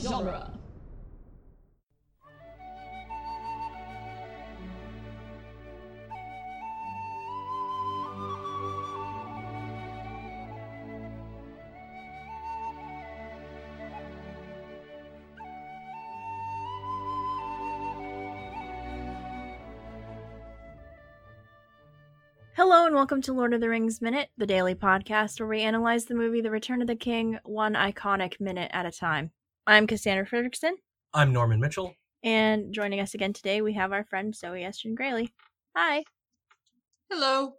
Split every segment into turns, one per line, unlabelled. genre.
Hello and welcome to Lord of the Rings Minute, the daily podcast where we analyze the movie The Return of the King one iconic minute at a time. I'm Cassandra Fredrickson,
I'm Norman Mitchell.
and joining us again today we have our friend Zoe Esten Grayley. Hi.
Hello.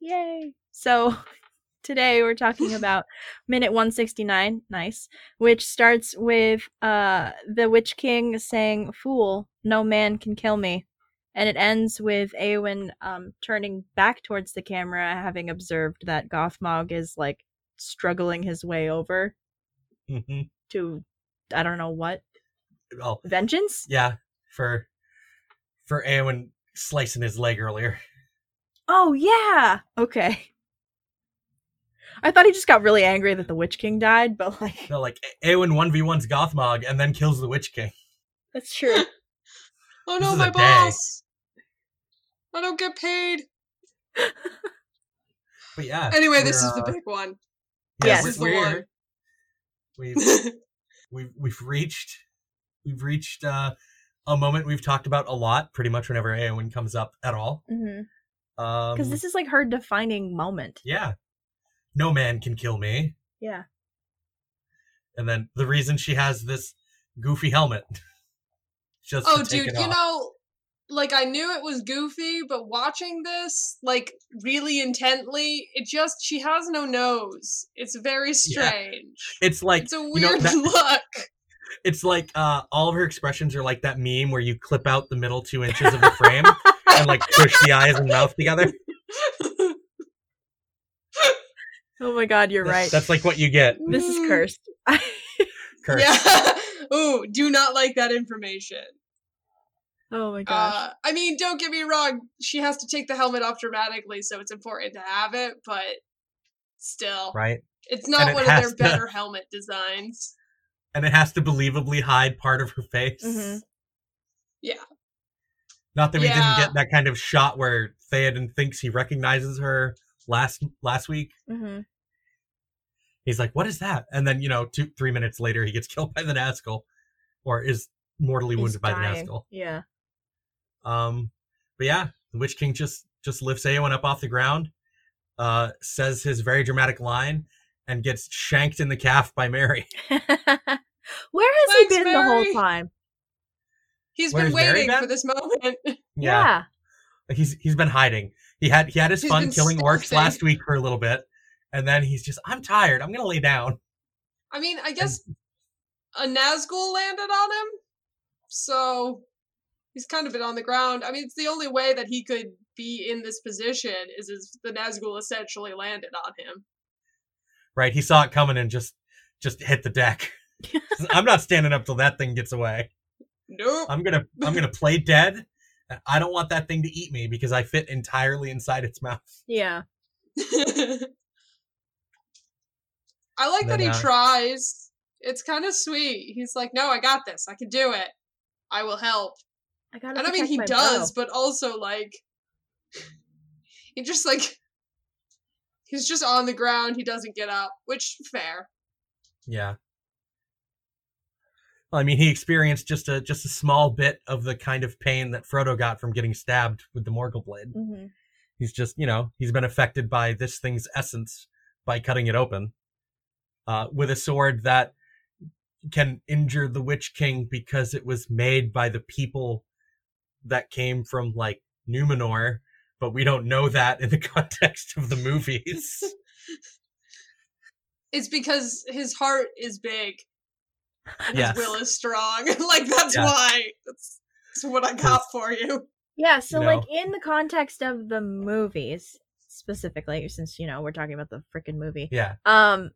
Yay. So today we're talking about minute 169, nice, which starts with uh the Witch King saying, "Fool, no man can kill me." And it ends with Aowen um turning back towards the camera having observed that Gothmog is like struggling his way over
Mhm.
to I don't know what,
oh,
vengeance?
yeah, for for Eowyn slicing his leg earlier.
Oh yeah. Okay. I thought he just got really angry that the Witch King died, but like
No, like E- Eowyn one v ones Gothmog and then kills the Witch King.
that's true.
Oh
This
no,
is
my
a day.
boss. I don't get paid.
But yeah,
Anyway, this
we're,
is the
uh,
big one.
Yes.
Oh, This is
we're-
the
We've
one.
we've we've reached we've reached uh, a moment we've talked about a lot. Pretty much whenever Eowyn comes up at all,
Because
because
Mm-hmm. this is like her defining moment.
yeah, no man can kill me.
Yeah.
And then the reason she has this goofy helmet, just
oh,
to take
dude,
it
you
off.
know, like I knew it was goofy, but watching this, like really intently, it just she has no nose. It's very strange.
it's like
It's a
know,
weird
that-
look.
it's like uh, all of her expressions are like that meme where you clip out the middle two inches of the frame and like push the eyes and mouth together.
Oh my god, you're
That's-
right.
That's like what you get.
this is
Mm,
cursed.
Kurt.
Yeah. Ooh, do not like that information.
oh my
Ah.
gosh.
Uh, I mean, don't get me wrong. She has to take the helmet off dramatically, so it's important to have it. But still,
Right.
it's
And
not
it
one of their
has to-
better helmet designs.
And it has to believably hide part of her face.
Mhm.
Mm-hmm. Yeah.
Not that we
Yeah.
didn't get that kind of shot where Theoden thinks he recognizes her last last week.
hmm
He's like, "What is that?" And then you know, two three minutes later, he gets killed by the Nazgul, or is mortally wounded by the Nazgul.
Yeah.
Um, but yeah, the Witch King just just lifts Aowen up off the ground, uh, says his very dramatic line, and gets shanked in the calf by Mary.
Where has
Thanks,
he been the
Mary.
whole time?
He's been
Where's Mary
waiting
been?
for this moment.
Like, he's he's been hiding. He had he had his
He's
fun
been
killing orcs
stealthing.
last week for a little bit, and then he's just I'm tired. I'm gonna lay down.
I mean, I guess a Nazgul landed on him, so he's kind of been on the ground. I mean, it's the only way that he could be in this position is if the Nazgul essentially landed on him.
Right, he saw it coming and just just hit the deck. I'm not standing up till that thing gets away.
Nope.
I'm gonna I'm gonna play dead. and I don't want that thing to eat me because I fit entirely inside its mouth.
Yeah.
I like that
Then,
he
uh,
tries. It's kind of sweet. He's like, "No, I got this. I can do it. I will help."
I gotta
And I mean,
protect
he
my
does,
bow.
but also like, he just like, he's just on the ground. He doesn't get up, which fair.
Yeah. Well, I mean, he experienced just a just a small bit of the kind of pain that Frodo got from getting stabbed with the Morgul blade.
Mhm.
He's just, you know, he's been affected by this thing's essence by cutting it open uh, with a sword that can injure the Witch King because it was made by the people that came from like Numenor, but we don't know that in the context of the movies.
It's because his heart is big and
yes.
his will is strong. like that's
Yeah.
why. That's, that's what I got for you.
Yeah, so
You
like in the context of the movies specifically, since you know we're talking about the freaking movie.
Yeah.
Um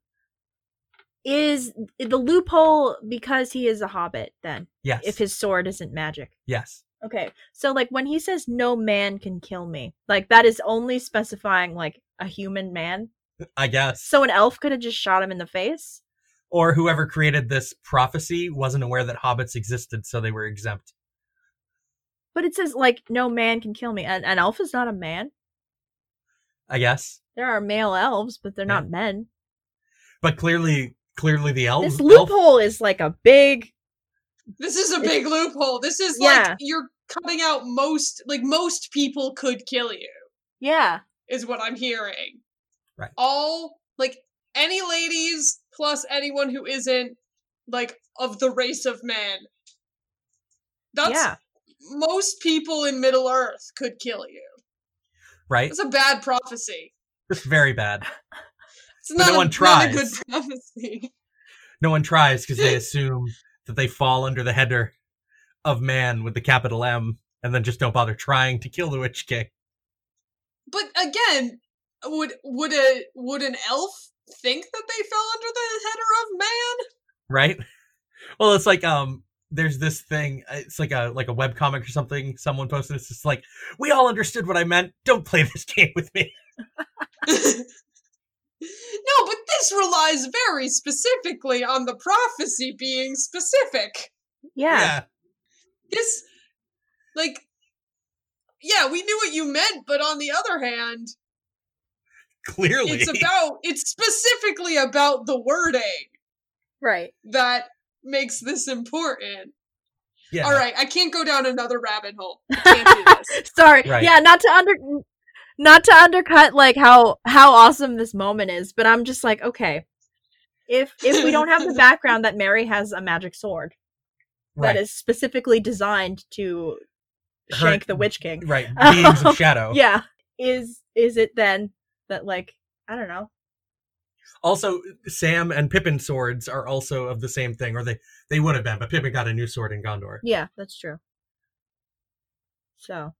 is the loophole because he is a hobbit then
Yes.
if his sword isn't magic
yes.
Okay, so like when he says no man can kill me, like that is only specifying like a human man.
I guess.
So an elf could have just shot him in the face.
or whoever created this prophecy wasn't aware that hobbits existed, so they were exempt.
But it says like no man can kill me. An, an elf is not a man.
I guess,
There are male elves, but they're not men.
but clearly, clearly the elves.
this
Oh, elf-
loophole is like a big
This is a big loophole. This is
Yeah.
like you're cutting out most like most people could kill you.
yeah.
is what I'm hearing.
Right.
All like any ladies plus anyone who isn't like of the race of man. That's
yeah.
most people in Middle Earth could kill you.
right?
It's a bad prophecy.
It's very bad.
It's not,
no
a,
one
not a good
tries.
prophecy.
No one tries because they assume that they fall under the header of man with the capital M, and then just don't bother trying to kill the Witch King.
But again, would would a would an elf think that they fell under the header of man?
right? Well, it's like um, there's this thing. uh, It's like a like a web comic or something. Someone posted. It's just like we all understood what I meant. Don't play this game with me.
no, but this relies very specifically on the prophecy being specific.
Yeah.
this like yeah we knew what you meant but on the other hand
clearly.
it's about it's specifically about the wording
Right.
that makes this important
yeah.
all right i can't go down another rabbit hole can't do this
Sorry.
Right.
Yeah, not to under not to undercut like how how awesome this moment is, but I'm just like, okay. If if we don't have the background that Mary has a magic sword
right.
that is specifically designed to
Her- Oh.
shank the witch king.
right. Beings of shadow.
Um, Yeah. Is is it then that like I don't know.
Also, Sam and Pippin swords are also of the same thing, or they they would have been, but Pippin got a new sword in Gondor
Yeah, that's true. So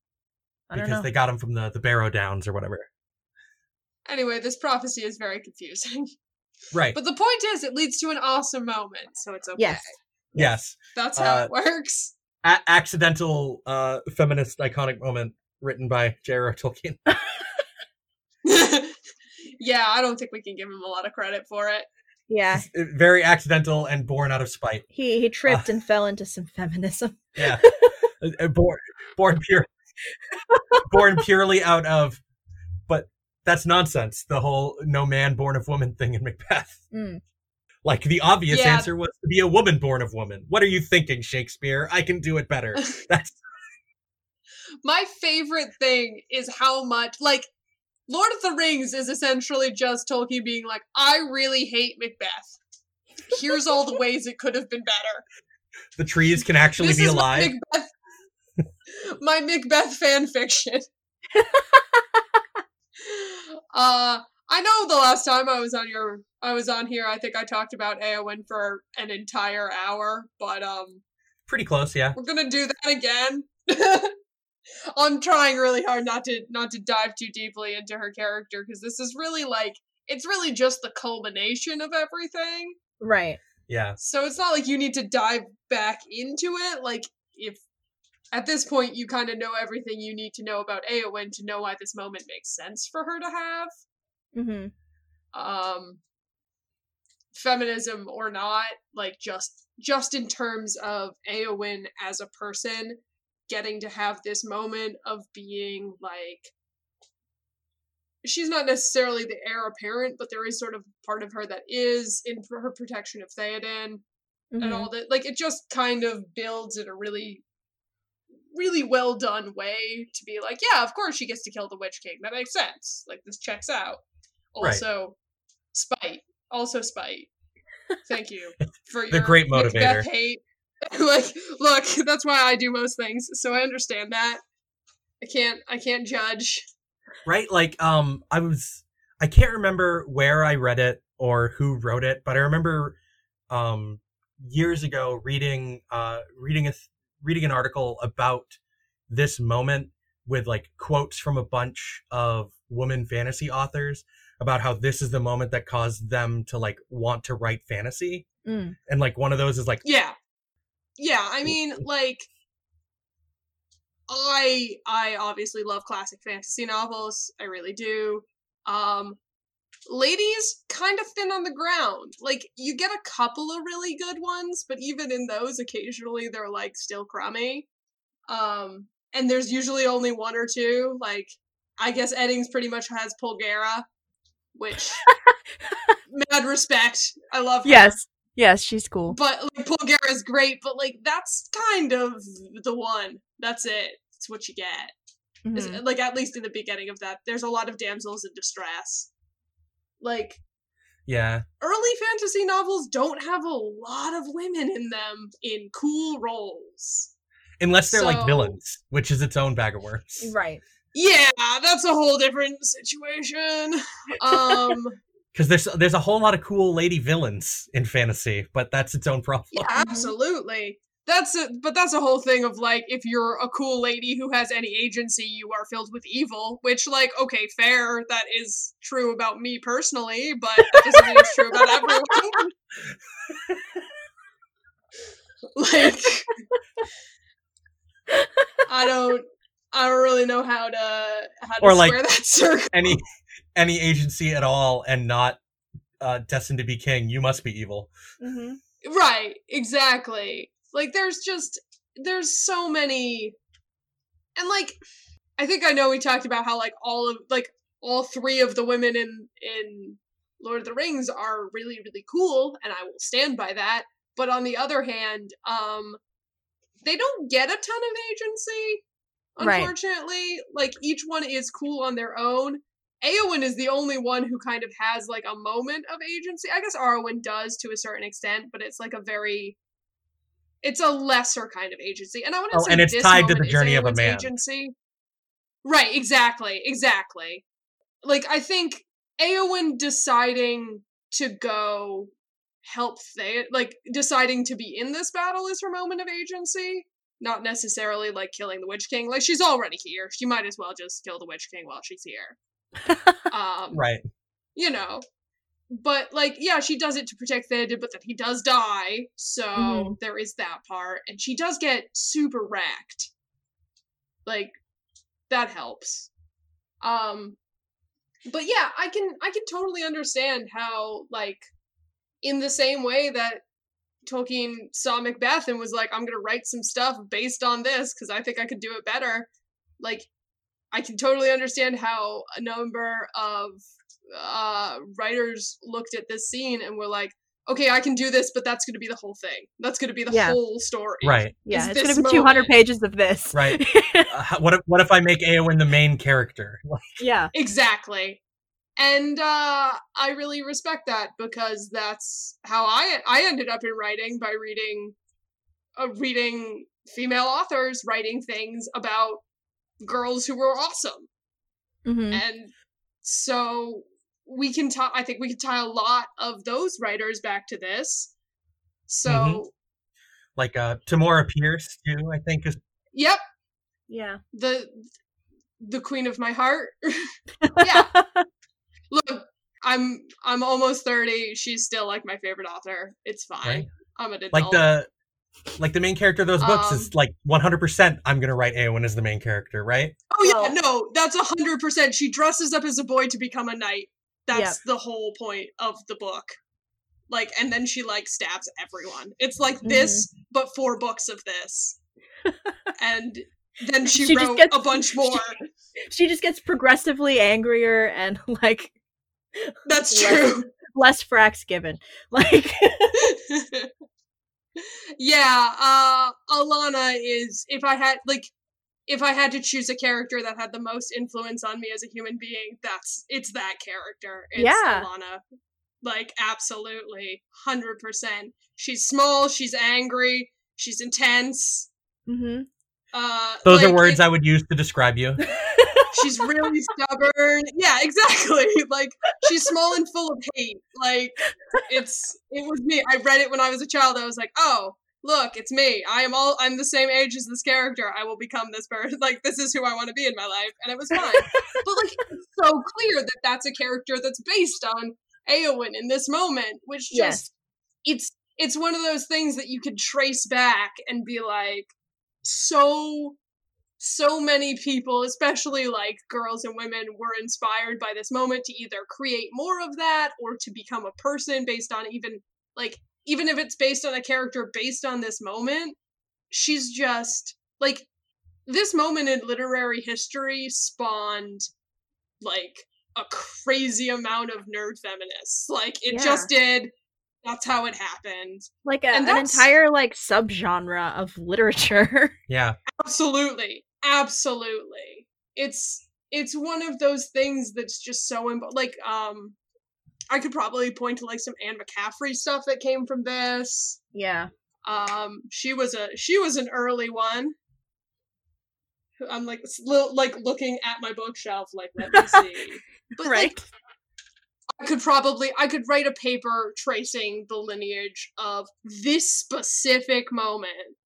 I don't
because
know.
they got him from the the Barrow Downs or whatever.
anyway this prophecy is very confusing
Right.
but the point is it leads to an awesome moment so it's okay
Yes.
yes.
that's how
Uh,
it works
A- accidental uh, feminist iconic moment written by J.R.R. Tolkien.
yeah i don't think we can give him a lot of credit for it
Yeah.
It's very accidental and born out of spite.
He he tripped and fell into some feminism.
Yeah. Uh, uh, born born pure born purely out of but that's nonsense. The whole no man born of woman thing in Macbeth.
Mm.
Like the obvious
Yeah.
answer was to be a woman born of woman. What are you thinking, Shakespeare? I can do it better. That's
my favorite thing is how much like Lord of the Rings is essentially just Tolkien being like, I really hate Macbeth. Here's all the ways it could have been better.
the trees can actually
This
be
is
alive.
my Macbeth, my Macbeth fan fiction. uh, I know the last time I was on your, I was on here. I think I talked about Eowyn for an entire hour, but um,
Pretty close, yeah.
we're gonna do that again. I'm trying really hard not to not to dive too deeply into her character because this is really like it's really just the culmination of everything.
Right.
Yeah.
So it's not like you need to dive back into it. Like if at this point you kind of know everything you need to know about Eowyn to know why this moment makes sense for her to have.
Mm-hmm.
Um feminism or not, like just just in terms of Eowyn as a person getting to have this moment of being like she's not necessarily the heir apparent, but there is sort of part of her that is in for her protection of Theoden
Mm-hmm.
and
Mm-hmm.
all that. Like it just kind of builds in a really, really well done way to be like, yeah, of course she gets to kill the Witch King. That makes sense. Like this checks out.
Right.
Also, spite. Also spite. Thank you for
The
your
great
Macbeth
motivator.
hate. like, look, that's why I do most things, so I understand that. I can't. I can't judge.
right like um i was i can't remember where i read it or who wrote it but i remember um years ago reading uh reading a th- reading an article about this moment with like quotes from a bunch of women fantasy authors about how this is the moment that caused them to like want to write fantasy
Mm.
and like one of those is like
Yeah. Yeah, I mean, like I I obviously love classic fantasy novels. I really do. Um ladies kind of thin on the ground like you get a couple of really good ones but even in those occasionally they're like still crummy um and there's usually only one or two like i guess eddings pretty much has polgara which mad respect i love her.
Yes. Yes, she's cool.
but like polgara is great but like that's kind of the one that's it it's what you get is-
Mhm.
like at least in the beginning of that there's a lot of damsels in distress like
Yeah.
early fantasy novels don't have a lot of women in them in cool roles
Unless they're like
So-
villains, which is its own bag of worms.
Right.
yeah that's a whole different situation um
Because there's there's a whole lot of cool lady villains in fantasy, but that's its own problem.
yeah
Mhm.
absolutely that's a, but that's a whole thing of like if you're a cool lady who has any agency you are filled with evil which like okay fair that is true about me personally but that doesn't mean it's true about everyone like i don't i don't really know how to how to
Or, like,
square that circle
Any any agency at all, and not uh, destined to be king, you must be evil.
Mm-hmm.
hmm
right exactly like there's just there's so many and like i think i know we talked about how like all of like all three of the women in in lord of the rings are really really cool and i will stand by that but on the other hand um they don't get a ton of agency
Right.
unfortunately like each one is cool on their own Aowen is the only one who kind of has like a moment of agency. I guess Arwen does to a certain extent, but it's like a very it's a lesser kind of agency. And I want to
Oh,
say
and it's
this
tied to the
moment is
journey of a
Aowen's
man.
Agency. Right, exactly. Exactly. Like I think Aowen deciding to go help Thea like deciding to be in this battle is her moment of agency. Not necessarily like killing the Witch King. Like she's already here. She might as well just kill the Witch King while she's here um
Right.
you know but like yeah she does it to protect theoden but then he does die so
Mhm.
there is that part and she does get super racked like that helps um but yeah i can i can totally understand how like in the same way that tolkien saw macbeth and was like i'm gonna write some stuff based on this because i think i could do it better like i can totally understand how a number of uh writers looked at this scene and were like okay i can do this but that's gonna be the whole thing that's gonna be the
Yeah.
whole story
Right.
Yeah,
Is
it's
this
gonna be two hundred
moment-
pages of this.
Right. Uh, how- what if what if I make Aowen the main character?
yeah.
Exactly. And uh, I really respect that because that's how I I ended up in writing by reading, uh, reading female authors writing things about girls who were awesome,
hmm
and so we can tie. I think we can tie a lot of those writers back to this. So
Mhm. Like uh, Tamora Pierce too, I think is
yep,
Yeah.
the the queen of my heart. yeah, look i'm i'm almost 30 she's still like my favorite author it's fine
Right.
i'm an adult
like the like the main character of those books
Um,
is like 100% i'm gonna write aowen as the main character right
oh yeah
Well-
no that's a hundred percent she dresses up as a boy to become a knight that's the whole point of the book like and then she like stabs everyone it's like this
Mm-hmm.
but four books of this and then she,
She just
wrote
gets-
a bunch more
she just gets progressively angrier and like
that's
Right.
true
less fracks given. Like
yeah, uh Alana is if I had like if I had to choose a character that had the most influence on me as a human being, that's it's that character. It's
Yeah.
Alana. Like absolutely 100%. She's small, she's angry, she's intense.
hmm
Uh
those are
like,
words
it-
i would use to describe you
she's really stubborn. Yeah, exactly. Like she's small and full of hate. Like it's it was me. I read it when I was a child. I was like, oh, look, it's me. I am all I'm the same age as this character. I will become this person. Like this is who I want to be in my life, and it was fine. but like, it's so clear that that's a character that's based on Aowen in this moment, which just
Yes.
it's it's one of those things that you could trace back and be like so so many people, especially like girls and women, were inspired by this moment to either create more of that or to become a person based on even like even if it's based on a character based on this moment, she's just like this moment in literary history spawned like a crazy amount of nerd feminists. Like it
Yeah.
just did. That's how it happened.
Like a,
And
an
that's-
entire like subgenre of literature.
Yeah.
Absolutely. Absolutely. It's it's one of those things that's just so imbo- like um I could probably point to like some Anne McCaffrey stuff that came from this.
yeah.
Um she was a she was an early one. I'm like s- lo- like looking at my bookshelf like let me see. But like,
right.
I could probably I could write a paper tracing the lineage of this specific moment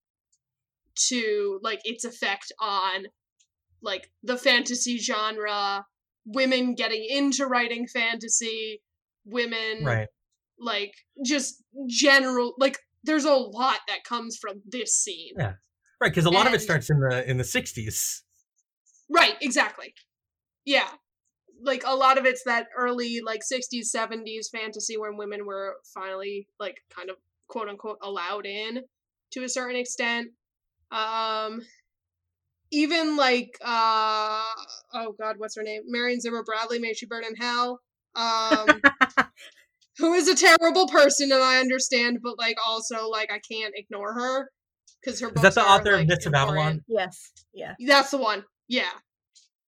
to like its effect on like the fantasy genre, women getting into writing fantasy, women
Right.
like just general like there's a lot that comes from this scene.
Yeah. Right. Because a lot of
And-
it starts in the in the '60s.
Right, exactly. Yeah. Like a lot of it's that early like 60s 70s fantasy when women were finally like kind of quote unquote allowed in to a certain extent. Um even like uh oh god, what's her name? Marion Zimmer Bradley, may she burn in hell. Um who is a terrible person and I understand, but like also like I can't ignore her because her
that
books
the
are,
author of
like,
Myths of Avalon?
important.
Yes. Yeah.
That's the one. Yeah.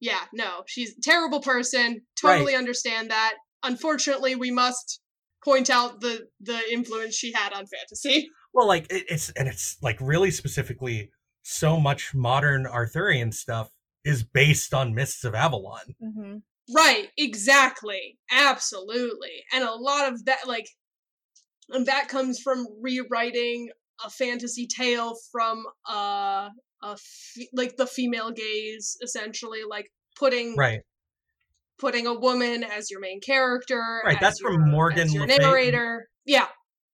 Yeah, no. She's a terrible person. Totally understand that. Unfortunately, we must point out the the influence she had on fantasy.
Well, like it, it's and it's like really specifically so much modern Arthurian stuff is based on Mists of Avalon.
Mm-hmm.
Right, exactly. Absolutely. And a lot of that like and that comes from rewriting a fantasy tale from uh a fe- like the female gaze essentially like putting
Right.
putting a woman as your main character.
Right,
as
that's from
your-
Morgan
as your
Le Fay.
narrator. Yeah,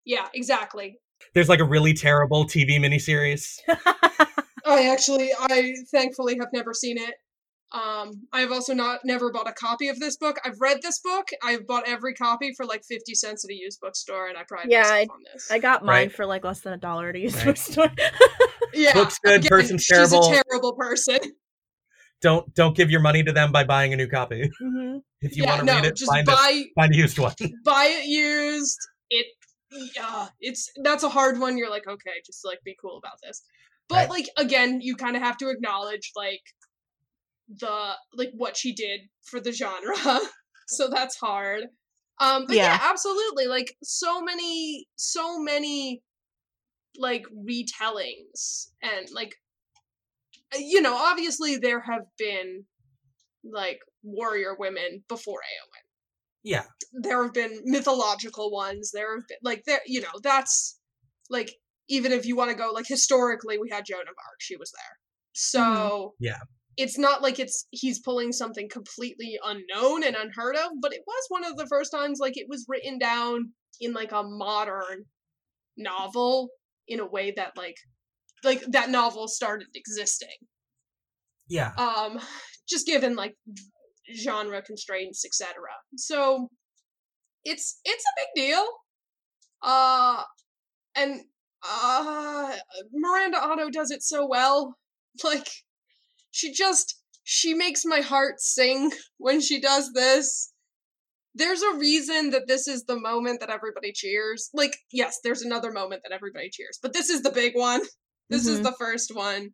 yeah, exactly.
There's like a really terrible TV miniseries.
I actually, I thankfully have never seen it. Um, I have also not never bought a copy of this book. I've read this book. I've bought every copy for like fifty cents at a used bookstore, and I pride
Yeah,
myself on this.
I got mine
Right.
for like less than a dollar at a used
Right.
bookstore.
yeah,
Looks good,
again,
person's
she's
terrible.
a terrible person.
Don't don't give your money to them by buying a new copy.
mm-hmm.
If you
yeah,
want to
no,
read it,
just
find a,
buy
find a used one.
buy it used. It yeah, it's that's a hard one. You're like, okay, just like be cool about this. But
Right.
like again, you kind of have to acknowledge like the like what she did for the genre. so that's hard. Um but yeah.
Yeah.
absolutely. Like so many so many like retellings and like you know, obviously there have been like warrior women before AOA
Yeah.
there have been mythological ones there have been like there you know that's like even if you want to go like historically we had joan of arc she was there so
Yeah.
it's not like it's he's pulling something completely unknown and unheard of but it was one of the first times like it was written down in like a modern novel in a way that like like that novel started existing
Yeah.
um just given like genre constraints etc so it's it's a big deal uh and uh miranda otto does it so well like she just she makes my heart sing when she does this there's a reason that this is the moment that everybody cheers like yes there's another moment that everybody cheers but this is the big one this is
Mm-hmm.
Mhm.
the first one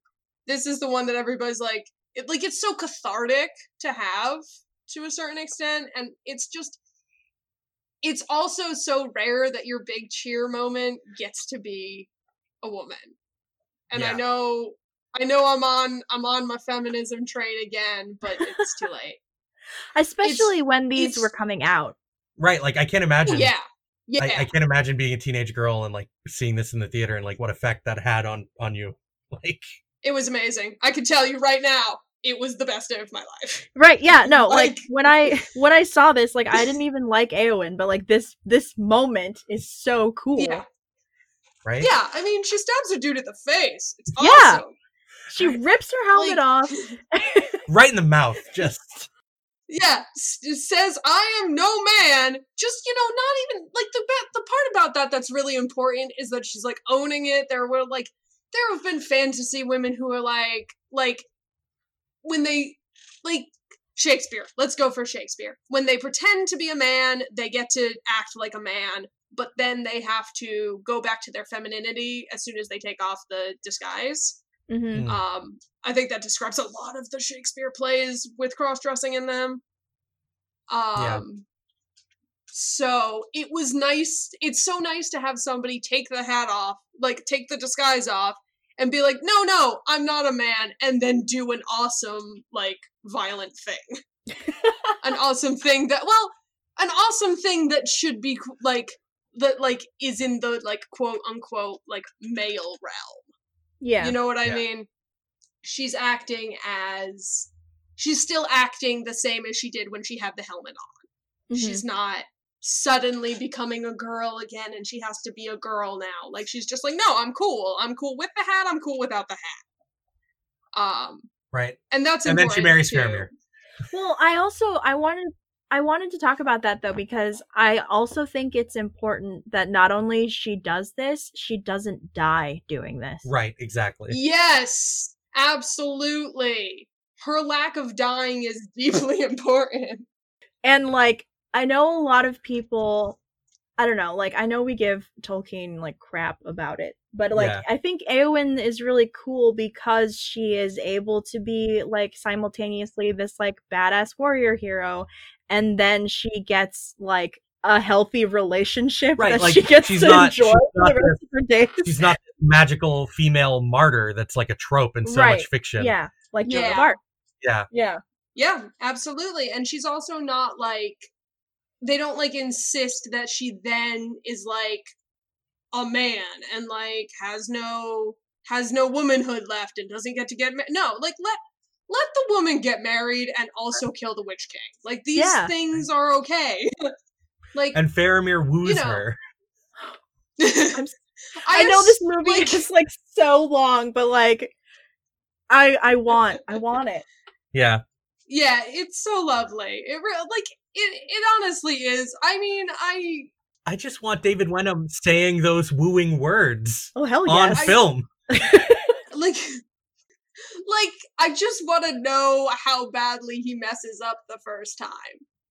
this is the one that everybody's like it, like it's so cathartic to have to a certain extent and it's just it's also so rare that your big cheer moment gets to be a woman and i
Yeah.
know i know i'm on i'm on my feminism train again but it's too late
Especially when these
it's-
were coming out.
Right. Like I can't
Oh,
imagine.
yeah yeah
I, I can't imagine being a teenage girl and like seeing this in the theater and like what effect that had on on you. Like
it was amazing i can tell you right now it was the best day of my life
Right, yeah, no, like,
Like-
when I when I saw this, like I didn't even like Eowyn, but like this this moment is so cool.
yeah
right.
yeah i mean she stabs a dude in the face it's
Yeah.
awesome
She rips her helmet
Like-
off.
right in the mouth. Just
Yeah, s- it says I am no man. Just you know, not even like the ba- the part about that that's really important is that she's like owning it. There were like there have been fantasy women who are like like when they like Shakespeare. Let's go for Shakespeare. When they pretend to be a man, they get to act like a man, but then they have to go back to their femininity as soon as they take off the disguise.
Mhm.
Mm.
Um, I think that describes a lot of the Shakespeare plays with cross dressing in them. Um, So it was nice. It's so nice to have somebody take the hat off, like take the disguise off, and be like, no, no, I'm not a man, and then do an awesome, like, violent thing. an awesome thing that, well, an awesome thing that should be, qu- like, that, like, is in the, like, quote unquote, like, male realm.
Yeah.
You know what I
Yeah.
mean? She's acting as she's still acting the same as she did when she had the helmet on.
Mhm.
She's not suddenly becoming a girl again and she has to be a girl now. Like she's just like, "No, I'm cool. I'm cool with the hat. I'm cool without the hat." Um
right.
and that's
And then she
important,
marries
too.
Faramir.
mm-hmm. Well, I also I wanted I wanted to talk about that though because I also think it's important that not only she does this, she doesn't die doing this.
Right. Exactly.
Yes, absolutely. Her lack of dying is deeply important.
And like I know a lot of people I don't know, like I know we give Tolkien like crap about it, but like
Yeah.
I think Eowyn is really cool because she is able to be like simultaneously this like badass warrior hero and then she gets like a healthy relationship
Right,
that
like,
she gets to
she's not-
enjoy
she's
for
not
the rest of her days.
She's not this magical female martyr that's like a trope in so
Right,
much fiction.
Yeah, like Joan of
Yeah.
Arc.
Yeah.
Yeah.
Yeah, absolutely. And she's also not like they don't like insist that she then is like a man and like has no has no womanhood left and doesn't get to get married. No, like let let the woman get married and also kill the witch king. Like these
Yeah.
things are okay. like
And Faramir woos
You know,
her.
I, know this
just,
movie
like-
is just like so long, but like I I want I want it.
Yeah.
Yeah, it's so lovely. It re- like it it honestly is. I mean, I
I just want David Wenham saying those wooing words
Oh hell
on
yes.
I-
film.
like like i just want to know how badly he messes up the first time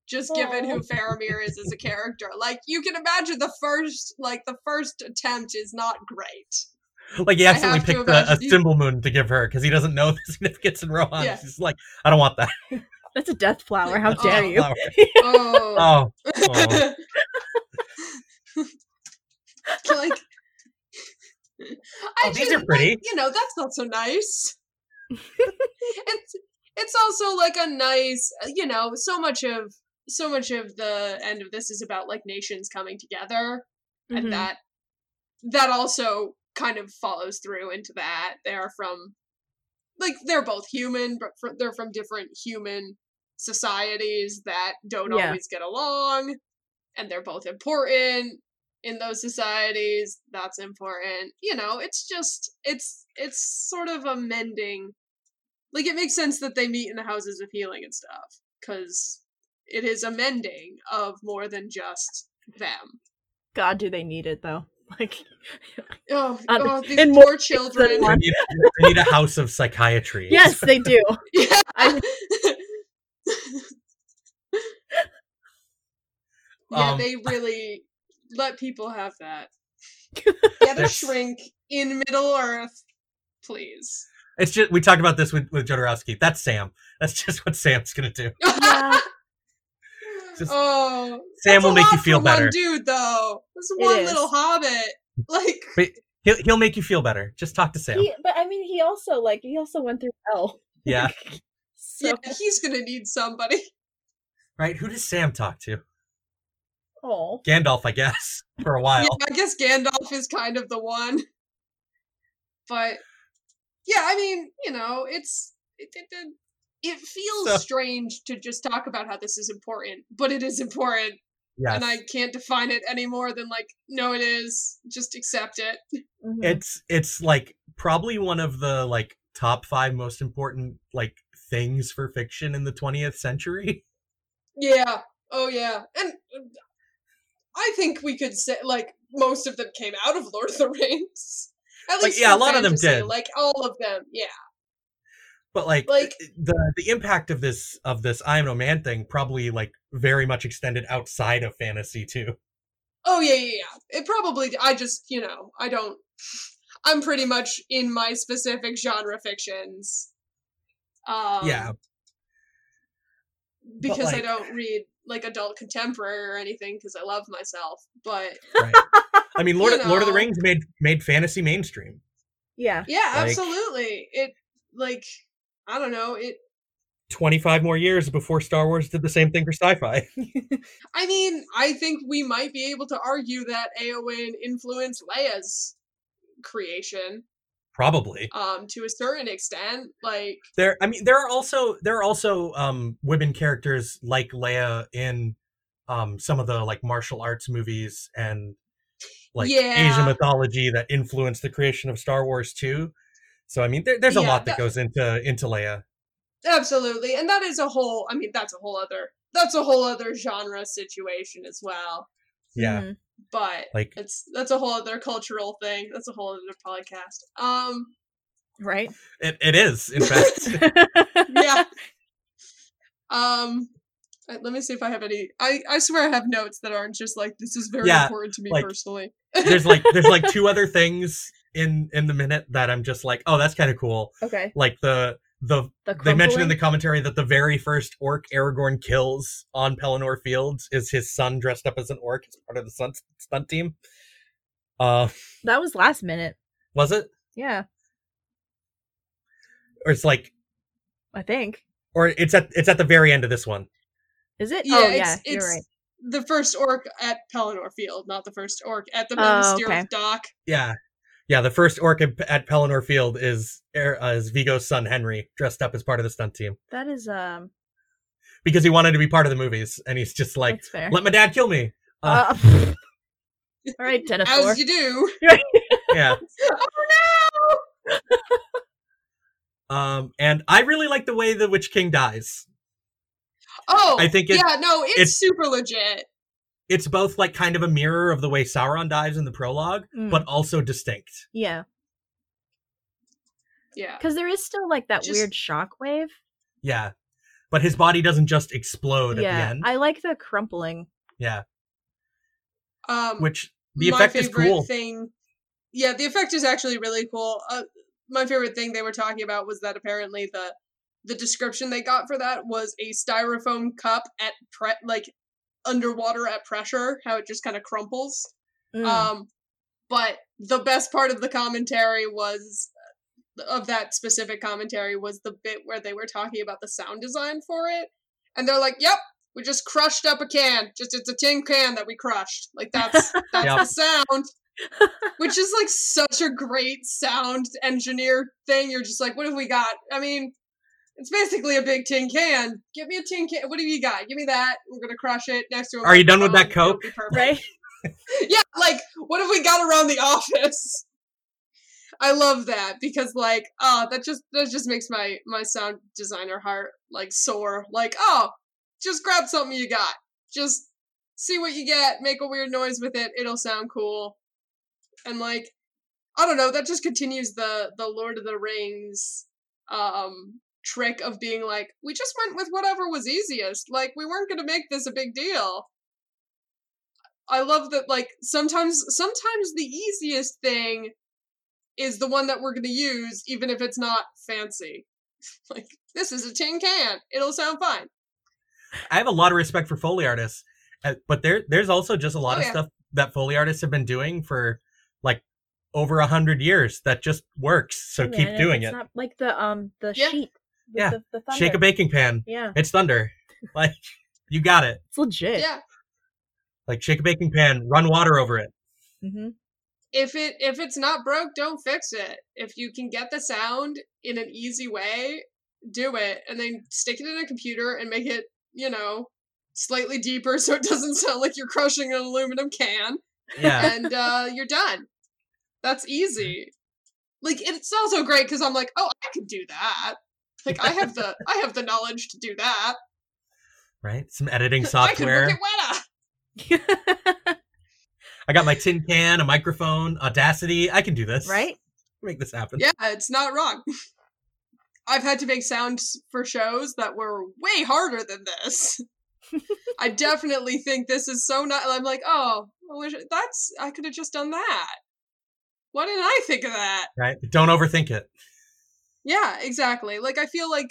just given who faramir is as a character like you can imagine the first like the first attempt is not great
Like he
have
accidentally
to
picked a, a
imagine-
symbol moon to give her because he doesn't know the significance in Rohan.
Yeah.
He's like, I don't want that.
That's a death flower. How
Oh.
dare you?
oh,
Oh, oh.
like I
Oh, these
just-
are pretty.
you know that's not so nice it's it's also like a nice uh, you know so much of so much of the end of this is about like nations coming together
Mhm.
and that that also kind of follows through into that they are from like they're both human but fr- they're from different human societies that don't
Yeah.
always get along and they're both important in those societies that's important you know it's just it's it's sort of a mending like it makes sense that they meet in the houses of healing and stuff because it is a mending of more than just them
God, do they need it though? Like
Oh,
Um,
oh these
in more
poor
than
children.
I
one.
need, I need a house of psychiatry.
yes, they do.
Yeah.
I-
yeah,
Um,
they really let people have that. Get a
That's-
shrink in Middle Earth, please.
It's just we talked about this with with Jodorowsky. That's Sam. That's just what Sam's gonna do.
Yeah.
Just-
oh,
Sam
that's a
will make
lot
you feel
for
better.
One dude, though, this
It
one
is.
little hobbit, like
He'll he'll make you feel better. Just talk to Sam.
He, but I mean, he also like he also went through hell.
yeah,
So
yeah, he's gonna need somebody.
right. Who does Sam talk to?
oh,
Gandalf, I guess, for a while.
Yeah, I guess Gandalf is kind of the one. But yeah, I mean, you know, it's it it, it, it feels
So-
strange to just talk about how this is important, but it is important,
Yeah,
and I can't define it any more than like, no, it is. Just accept it.
Mhm.
it's it's like probably one of the like top five most important like things for fiction in the 20th century.
Yeah. Oh yeah. And uh, I think we could say like most of them came out of Lord of the Rings. At
Like,
least
yeah,
for
a lot of them
fantasy,
did.
Like all of them. Yeah.
But like,
Like-
the the impact of this of this I am no man thing probably like very much extended outside of fantasy too.
Oh yeah, yeah, yeah. It probably. I just, you know, I don't. I'm pretty much in my specific genre fictions. Um,
yeah.
because I
like-
don't read like adult contemporary or anything because I love myself. But
Right. I mean Lord
You
of Lord of the
know.
Rings made made fantasy mainstream.
Yeah.
yeah,
Like-
absolutely. It like I don't know. It.
25 more years before Star Wars did the same thing for sci-fi.
I mean, I think we might be able to argue that Aowen influenced Leia's creation
Probably.
um to a certain extent like
There I mean there are also there are also um women characters like Leia in um some of the like martial arts movies and like
Yeah.
Asian mythology that influenced the creation of Star Wars too. So I mean there, there's a
Yeah,
lot
that-
that goes into into Leia.
Absolutely. And that is a whole I mean that's a whole other that's a whole other genre situation as well. Mm-hmm.
Yeah.
Mhm.
But
Like
it's that's a whole other cultural thing. That's a whole other podcast. Um
Right.
It, it is, in fact.
yeah. Um uh, let me see if I have any I I swear I have notes that aren't just like this is very
Yeah,
important to me
like-
personally.
there's like there's like two other things in in the minute that I'm just like, oh, that's kind of cool.
okay.
Like the the
The
they mentioned in the
crumpling?
commentary that the very first orc Aragorn kills on Pelennor Fields is his son dressed up as an orc as part of the stunt, stunt team. Uh,
that was last minute.
was it?
Yeah,
Or it's like,
I think.
or it's at it's at the very end of this one.
Is it?
Yeah,
oh
it's-
yeah, you're
it's-
right.
The first orc at Pelennor Field, not the first orc at the
Oh,
Monastir
okay.
Dock.
Yeah, yeah. The first orc at, at Pelennor Field is Er- uh, is Vigo's son Henry dressed up as part of the stunt team
That is um.
because he wanted to be part of the movies, and he's just like,
that's fair.
let my dad kill me.
Uh,
uh,
all right, Denethor.
As you do.
Yeah.
oh
Um, and I really like the way the Witch King dies.
no! Oh
I think it-
Yeah, no, it's,
it's-
super legit.
It's both like kind of a mirror of the way Sauron dies in the prologue,
Mm,
but also distinct.
yeah,
Yeah.
because there is still like that
Just-
weird shockwave.
Yeah. But his body doesn't just explode at the
Yeah,
end.
I like the crumpling.
yeah.
Um
Which the
my
effect is
favorite
cool.
thing yeah the effect is actually really cool uh, my favorite thing they were talking about was that apparently the the description they got for that was a styrofoam cup at pre- like underwater at pressure how it just kind of crumples
Mm.
um but the best part of the commentary was of that specific commentary was the bit where they were talking about the sound design for it and they're like yep we just crushed up a can just it's a tin can that we crushed like that's that's
Yeah.
the sound which is like such a great sound engineer thing you're just like what have we got i mean it's basically a big tin can give me a tin can what have you got give me that we're gonna crush it next to a
Are you done with that
microphone. It'll
Coke?
be perfect
right.
yeah, like what have we got around the office? I love that because like oh that just that just makes my my sound designer heart like sore. Like, oh, just grab something you got. Just see what you get, make a weird noise with it, it'll sound cool. And like I don't know, that just continues the the Lord of the Rings um trick of being like we just went with whatever was easiest. Like we weren't going to make this a big deal. I love that like sometimes sometimes the easiest thing is the one that we're going to use even if it's not fancy. like this is a tin can. It'll sound fine.
I have a lot of respect for Foley artists, uh, but there there's also just a lot
Oh,
of
yeah.
stuff that Foley artists have been doing for like over a hundred years that just works. So
Yeah,
keep
and
doing
it's
it.
Not like the um the
Yeah.
sheet. with
Yeah.
The, the
Shake a
thunder.
baking pan.
Yeah,
It's thunder. Like you got it.
it's legit.
Yeah.
Like shake a baking pan, run water over it.
hmm
If it if it's not broke, don't fix it. If you can get the sound in an easy way, do it and then stick it in a computer and make it, you know, slightly deeper so it doesn't sound like you're crushing an aluminum can
Yeah.
and uh you're done. That's easy. Like it's also great because I'm like, oh, I could do that. Like I have the I have the knowledge to do that.
right? Some editing
I could work
software.
at Weta.
I got my tin can, a microphone, Audacity. I can do this.
right?
Make this happen.
Yeah, it's not wrong. I've had to make sounds for shows that were way harder than this. I definitely think this is so not. I'm like, oh, I wish that's I could have just done that. Why didn't I think of that?
Right? Don't overthink it.
Yeah, exactly. Like I feel like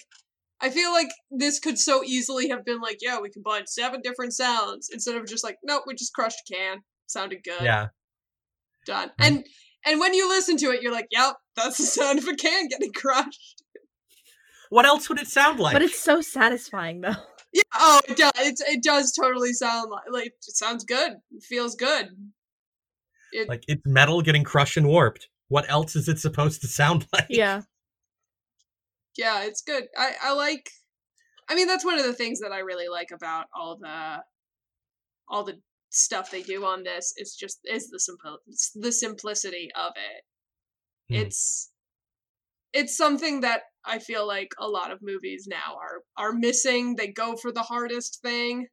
I feel like this could so easily have been like, yeah, we combined seven different sounds instead of just like, nope, we just crushed a can. Sounded good.
Yeah.
Done. And and when you listen to it, you're like, yep, that's the sound of a can getting crushed.
What else would it sound like?
But it's so satisfying though.
Yeah. Oh, it does. It, it does totally sound like, like it sounds good. It feels good. It,
like it's metal getting crushed and warped. What else is it supposed to sound like?
Yeah.
yeah, it's good. I I like. I mean, that's one of the things that I really like about all the, all the stuff they do on this. It's just is the simple it's the simplicity of it.
Hmm.
It's, it's something that I feel like a lot of movies now are are missing. They go for the hardest thing.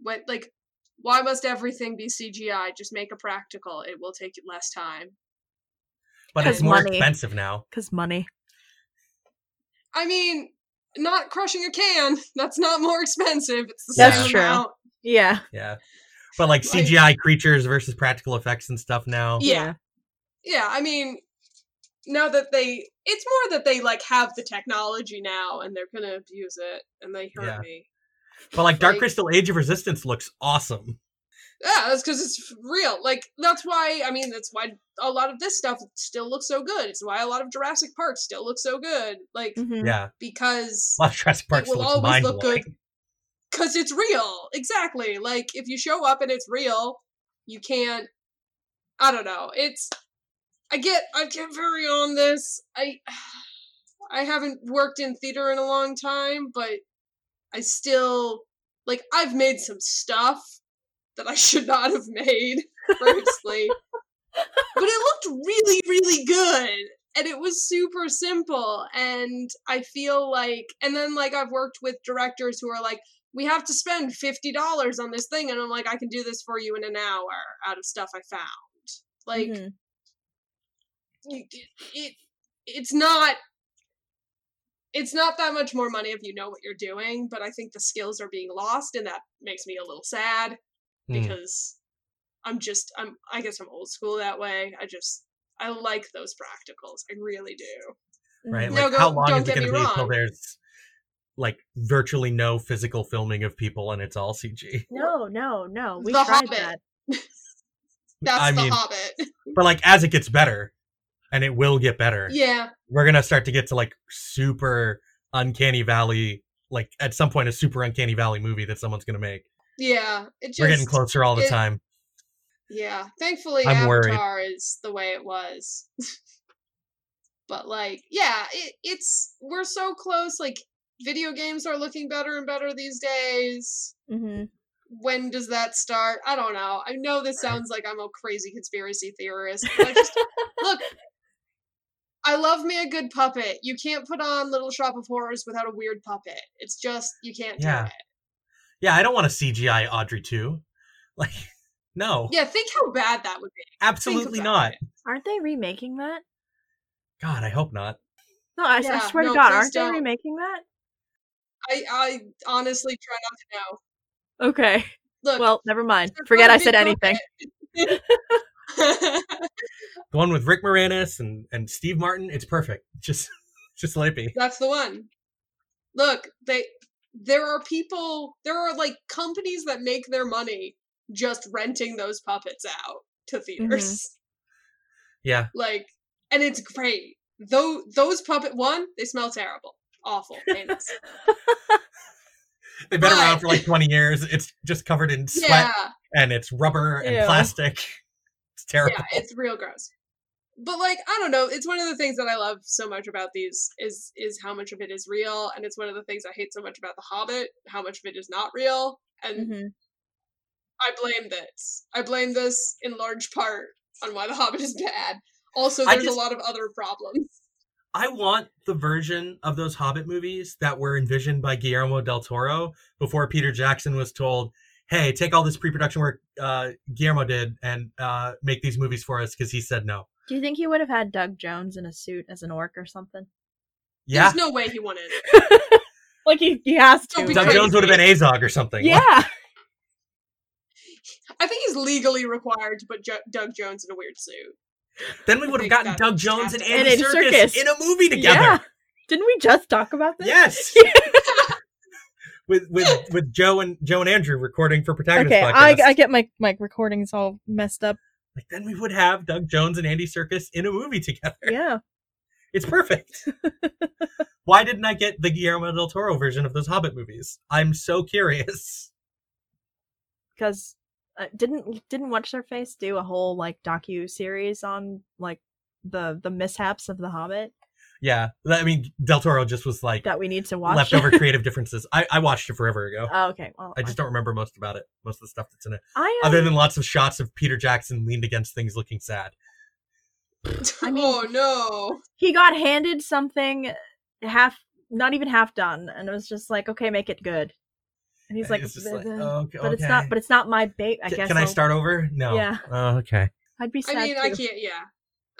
What like, why must everything be CGI? Just make a practical. It will take less time.
But it's
Because
more
money.
expensive now.
Cause money.
I mean, not crushing a can. That's not more expensive. It's the
That's
same
true.
amount.
Yeah.
Yeah. But like
Like-
CGI creatures versus practical effects and stuff now.
Yeah. Yeah, I mean, now that they, it's more that they like have the technology now and they're gonna abuse it, and they hurt
Yeah.
me.
But like Dark
Like-
Crystal Age of Resistance looks awesome.
Yeah, that's because it's real. Like that's why. I mean, that's why a lot of this stuff still looks so good. It's why a lot of Jurassic Park still looks so good. Like
Mhm.
Yeah.
because
A lot of Jurassic Park
it
still
Mm-hmm. will
looks
always
mind
look good because it's real exactly like if you show up and it's real you can't i don't know it's i get i get very on this i i haven't worked in theater in a long time but i still like i've made some stuff that i should not have made firstly but it looked really really good and it was super simple and i feel like and then like i've worked with directors who are like we have to spend $50 on this thing and i'm like i can do this for you in an hour out of stuff i found like
Mhm.
it, it it's not it's not that much more money if you know what you're doing but i think the skills are being lost and that makes me a little sad
Mm.
because i'm just i'm i guess i'm old school that way i just i like those practicals i really do
right?
Mhm.
No,
like, how
don't-
long
don't
is it
get
going to
me
be until
wrong.
there's like virtually no physical filming of people and it's all CG?
No, no, no. We
The
tried
Hobbit.
that.
that's
I
the
mean-
hobbit
But like as it gets better, and it will get better,
yeah
we're going to start to get to like super uncanny valley. Like at some point, a super uncanny valley movie that someone's going to make.
yeah it just
we're getting closer all the
it-
time.
Yeah, thankfully
I'm worried.
Avatar is the way it was. but like, yeah, it, it's we're so close. Like, video games are looking better and better these days.
Mm-hmm.
When does that start? I don't know. I know this
Right.
sounds like I'm a crazy conspiracy theorist. But I just look. I love me a good puppet. You can't put on Little Shop of Horrors without a weird puppet. It's just you can't
Yeah.
do it.
Yeah, I don't want to CGI Audrey too. Like, no,
Yeah, think how bad that would be. Think
absolutely
about
not.
it.
Aren't they remaking that?
God, I hope not.
No, I, I
Yeah,
swear
no,
to God,
please
aren't
don't.
they remaking that?
I I honestly try not to know.
Okay.
Look,
Well, never mind.
They're
Forget
not
I
big
said
puppets.
anything.
The one with Rick Moranis and and Steve Martin, it's perfect. Just just let it be.
That's the one. Look, they there are people there are like companies that make their money just renting those puppets out to theaters.
Yeah,
Like and it's great. Though those puppet one, they smell terrible. Awful. heinous.
They've been
But-
around for like 20 years. It's just covered in sweat
yeah.
and it's rubber and
Ew.
plastic. It's terrible.
Yeah, it's real gross. But like, I don't know, it's one of the things that I love so much about these is is how much of it is real and it's one of the things I hate so much about The Hobbit, how much of it is not real. And
Mhm.
I blame this. I blame this in large part on why The Hobbit is bad. Also,
I
there's
just-
a lot of other problems.
I want the version of those Hobbit movies that were envisioned by Guillermo del Toro before Peter Jackson was told, "Hey, take all this pre-production work uh, Guillermo did and uh, make these movies for us," because he said no.
Do you think he would have had Doug Jones in a suit as an orc or something?
Yeah,
There's no way he wanted.
like he, he has to.
Don't be
Doug
crazy.
Jones would have been Azog or something.
Yeah.
I think he's legally required to put jo- Doug Jones in a weird suit.
Then we would have
Like
gotten
that
Doug Jones and
chapter.
Andy
And in
Serkis
Serkis.
in a movie together.
Yeah. Didn't we just talk about this?
Yes. with with with Joe and Joe and Andrew recording for protagonist
Okay, I,
podcast.
I get my my recordings all messed up.
Like, then we would have Doug Jones and Andy Circus in a movie together.
Yeah.
It's perfect. Why didn't I get the Guillermo del Toro version of those Hobbit movies? I'm so curious.
Because uh, didn't didn't Watch Their Face do a whole like docu series on like the the mishaps of the Hobbit
Yeah, I mean, del Toro just was like
that we need to watch?
leftover creative differences. I, I watched it forever ago.
oh, okay. Well,
I just don't remember most about it, most of the stuff that's in it,
I um,
other than lots of shots of Peter Jackson leaned against things looking sad.
I mean-
oh no!
he got handed something half not even half done and it was just like okay make it good and he's like,
It's just
"Th-
like,
th-
okay,
but it's not
okay.
but it's not my bait i
Ca-
guess
Can I
I'll-
start over? No.
Yeah.
Oh, okay.
i'd be sad
I mean,
too.
I can't. Yeah,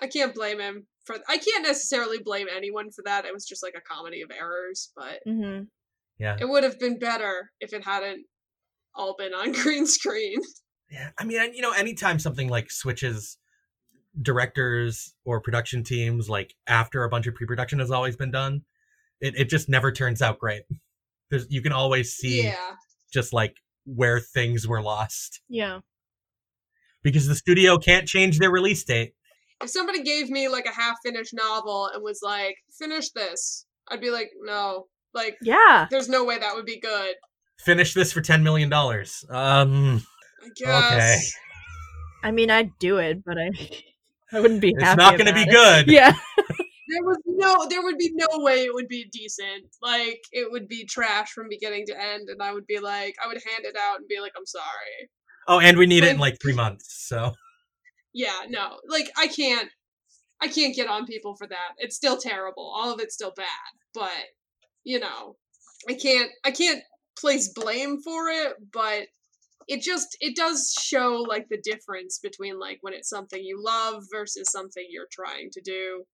I can't blame him for. I can't necessarily blame anyone for that. It was just like a comedy of errors, but
Mhm.
Yeah.
it would have been better if it hadn't all been on green screen.
Yeah, I mean, and, you know, anytime something like switches directors or production teams, like after a bunch of pre-production has always been done, it, it just never turns out great. There's you can always see
Yeah,
just like where things were lost
yeah
because the studio can't change their release date.
if somebody gave me like a half-finished novel and was like, "Finish this," I'd be like, "No." Like,
yeah
there's no way that would be good.
Finish this for ten million dollars. Um,
I guess.
i mean i'd do it but i i wouldn't be
it's
happy
not going to be
about it.
good.
yeah
There was no there would be no way it would be decent. Like it would be trash from beginning to end and I would be like I would hand it out and be like I'm sorry.
Oh, and we need it in
Like-
like three months. So
Yeah, no. Like I can't I can't get on people for that. It's still terrible. All of it's still bad. But you know, I can't I can't place blame for it, but it just it does show like the difference between like when it's something you love versus something you're trying to do.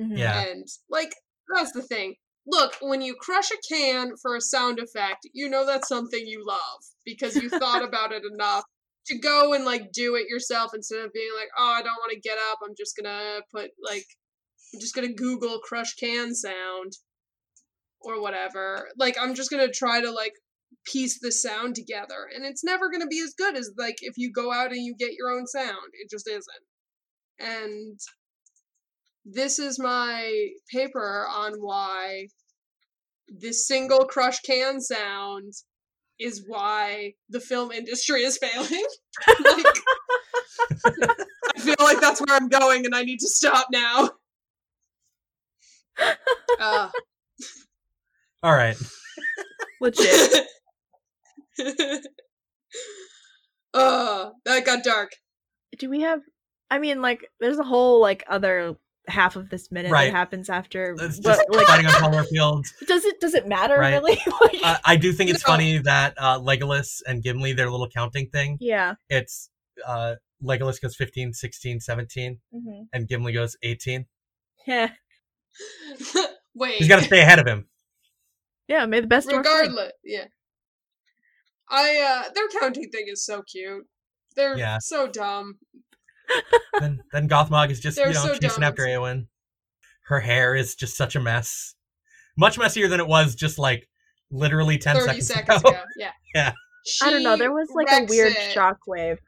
Mm-hmm.
Mhm.
yeah,
And like that's the thing. Look, when you crush a can for a sound effect, you know that's something you love because you thought about it enough to go and like do it yourself instead of being like, "Oh, I don't want to get up. I'm just going to put like I'm just going to Google crush can sound or whatever. Like I'm just going to try to like piece the sound together and it's never going to be as good as like if you go out and you get your own sound. It just isn't. And this is my paper on why this single crush can sound is why the film industry is failing. like, I feel like that's where I'm going and I need to stop now. Uh,
all right.
legit
uh, that got dark.
do we have i mean like there's a whole like other half of this minute
Right.
that happens after
It's
but
just
like
fighting on taller fields.
does it does it matter
Right.
really like,
Uh, I do think it's
No.
funny that uh, Legolas and Gimli, their little counting thing,
yeah
it's uh Legolas goes 15, 16, 17,
Mm-hmm.
hmm
and Gimli goes 18.
yeah
Wait.
He's got to stay ahead of him.
yeah may the best orc win.
regardless yeah i uh their counting thing is so cute they're
Yeah.
so dumb
Then, then Gothmog is just, you
They're
know,
so
chasing
dumb.
after Eowyn. Her hair is just such a mess. Much messier than it was just like literally 10
30
seconds,
seconds,
ago.
ago. yeah
Yeah.
I don't know. There
She
was like a
wrecks
weird
it.
shockwave.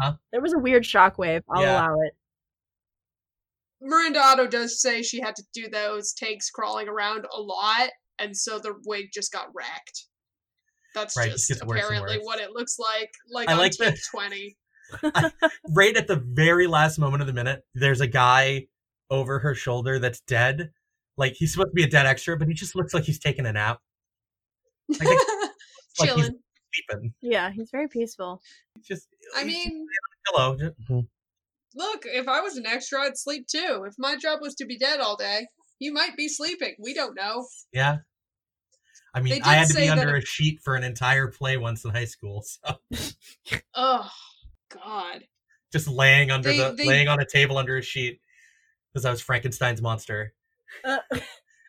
Huh?
There was a weird shockwave. I'll
Yeah.
allow it.
Miranda Otto does say she had to do those takes crawling around a lot, and so the wig just got wrecked. That's
Right, it just
just
gets worse and
apparently
worse.
what it looks like. Like
I
on
like
take
the-
twenty.
Right at the very last moment of the minute, there's a guy over her shoulder that's dead. Like he's supposed to be a dead extra, but he just looks like he's taking a nap. Like, like, he's-
Chilling.
sleeping.
Yeah, he's very peaceful.
Just
I mean,
hello. Just-
Look, if I was an extra, I'd sleep too. If my job was to be dead all day, you might be sleeping. We don't know.
Yeah. I
They
mean,
did
I had to
say
be
that
under
it-
a sheet for an entire play once in high school. So
Uh,
Oh, God.
just laying under
They-
the
they-
laying on a table under a sheet because I was Frankenstein's monster.
Uh,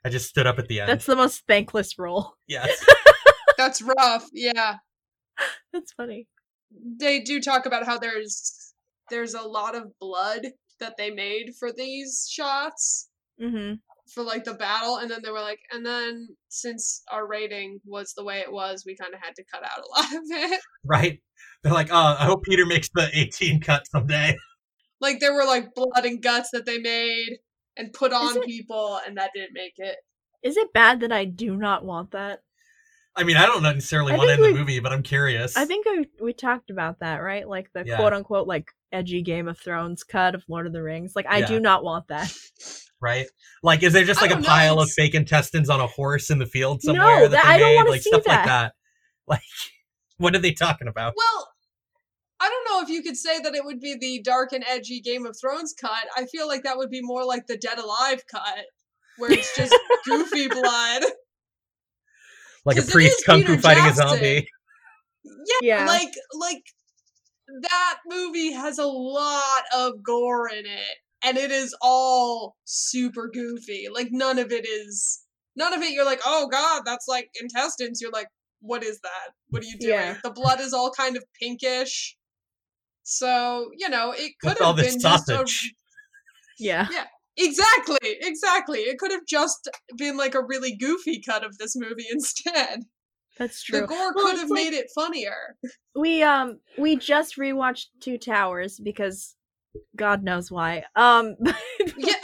I just stood up at the end.
that's the most thankless role.
Yes.
That's rough. Yeah.
That's funny.
They do talk about how there's there's a lot of blood that they made for these shots
Mm-hmm.
for like the battle and then they were like and then since our rating was the way it was we kind of had to cut out a lot of it
right? They're like, oh, I hope Peter makes the 18 cut someday.
like there were like blood and guts that they made and put on
it-
people and that didn't make it
Is it bad that I do not want that?
I mean, I don't necessarily
I
want to end
think we-
the movie, but I'm curious.
I think I, we talked about that, right? Like the
Yeah.
quote unquote like edgy Game of Thrones cut of Lord of the Rings. Like I
Yeah.
do not want that.
right? Like, is there just
I
like a
don't know,
pile of
it's-
fake intestines on a horse in the field
No,
somewhere that,
that-
they
I don't
made?
wanna
like
see
stuff
that.
like that. Like, what are they talking about?
Well, I don't know if you could say that it would be the dark and edgy Game of Thrones cut. I feel like that would be more like the Dead Alive cut, where it's just goofy blood.
Like a
'Cause it
priest
is
kung
Peter
fu fighting
Jackson.
a zombie.
Yeah,
Yeah.
like like that movie has a lot of gore in it, and it is all super goofy. Like none of it is none of it. You're like, oh god, that's like intestines. You're like, what is that? What are you doing?
Yeah.
The blood is all kind of pinkish. So you know, it could
What's all
have
this
been just a
sausage?
yeah.
Exactly, exactly. It could have just been like a really goofy cut of this movie instead.
That's true.
The gore
Well,
could
it's
have
like-
made it funnier.
we um we just rewatched Two Towers because God knows why. Um
Yeah.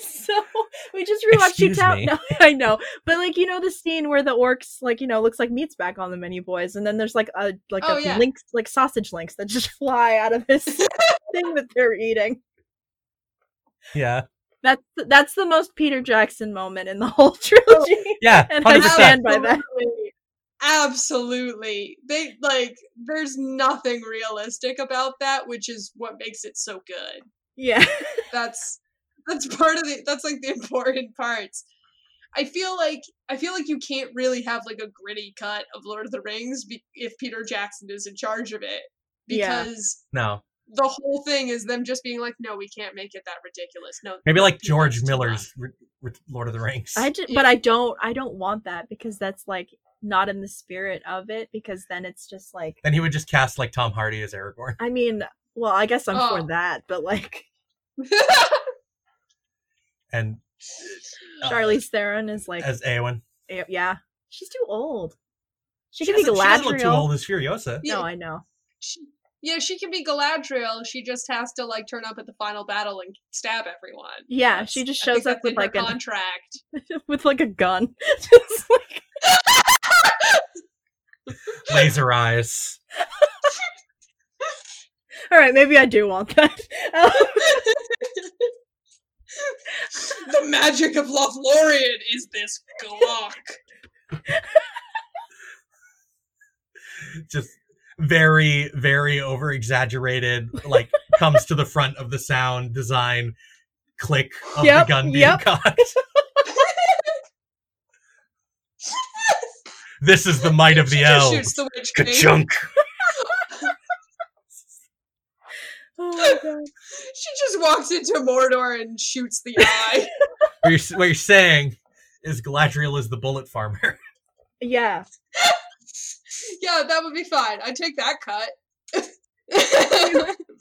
so we just rewatched Two
Excuse
Towers.
me.
No, I know. But like you know the scene where the orcs like you know looks like meat's back on the menu boys and then there's like a like
Oh,
a
yeah.
links like sausage links that just fly out of this thing that they're eating.
Yeah.
That's that's the most Peter Jackson moment in the whole trilogy.
Yeah.
And
100%.
I stand by that.
Absolutely. Absolutely. They like there's nothing realistic about that, which is what makes it so good.
Yeah.
That's that's part of the that's like the important parts. I feel like I feel like you can't really have like a gritty cut of Lord of the Rings be- if Peter Jackson is in charge of it
Yeah.
because
No.
the whole thing is them just being like, no, we can't make it that ridiculous. No,
Maybe like
Yeah,
George
it's too
Miller's R- R- Lord of the Rings.
I just, but I don't, I don't want that because that's like not in the spirit of it. Because then it's just like,
Then he would just cast like Tom Hardy as Aragorn.
I mean, well, I guess I'm
Oh.
for that, but like
And Uh,
Charlize Theron is like,
as Eowyn.
eh, yeah, she's too old. She,
She
could be
doesn't- she doesn't look too
Galadriel.
old as Furiosa.
Yeah.
No, I know.
she, yeah, she can be Galadriel. She just has to like turn up at the final battle and stab everyone.
Yeah,
That's-
she just
I think
shows up
that's
with
in her
like a
contract.
with like a gun. Just like-
Laser eyes.
all right, maybe I do want that. Um,
the magic of Lothlorien is this Glock.
just very very over exaggerated like comes to the front of the sound design click of
Yep,
the gun being
yep.
cocked this is the might of
She
the
just
elves
shoots the witch king.
Ka-chunk.
oh my god.
She just walks into Mordor and shoots the eye.
what, you're, s- what you're saying is galadriel is the bullet farmer
Yeah.
yeah, that would be fine. I take that cut.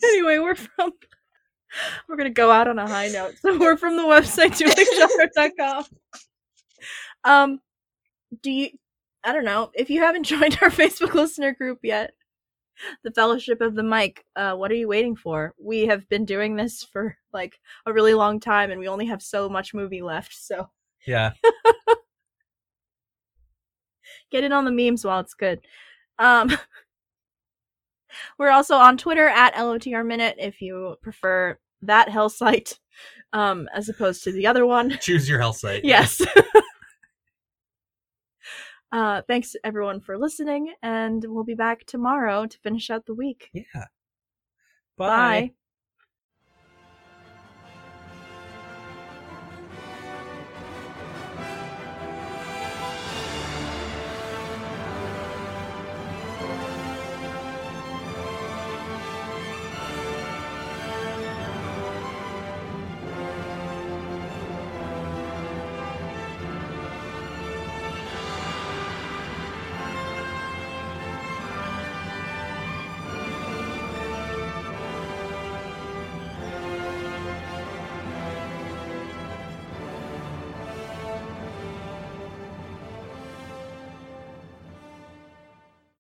anyway, we're from. We're gonna go out on a high note. So we're from the website doinggenre.com. Um, do you? I don't know if you haven't joined our Facebook listener group yet. The Fellowship of the Mic. Uh, what are you waiting for? We have been doing this for like a really long time, and we only have so much movie left. So
yeah
get in on the memes while it's good. Um, we're also on Twitter at LOTR Minute if you prefer that hell site um, as opposed to the other one.
choose your hell site
Yes. uh, thanks everyone for listening, and we'll be back tomorrow to finish out the week.
yeah Bye.
Bye.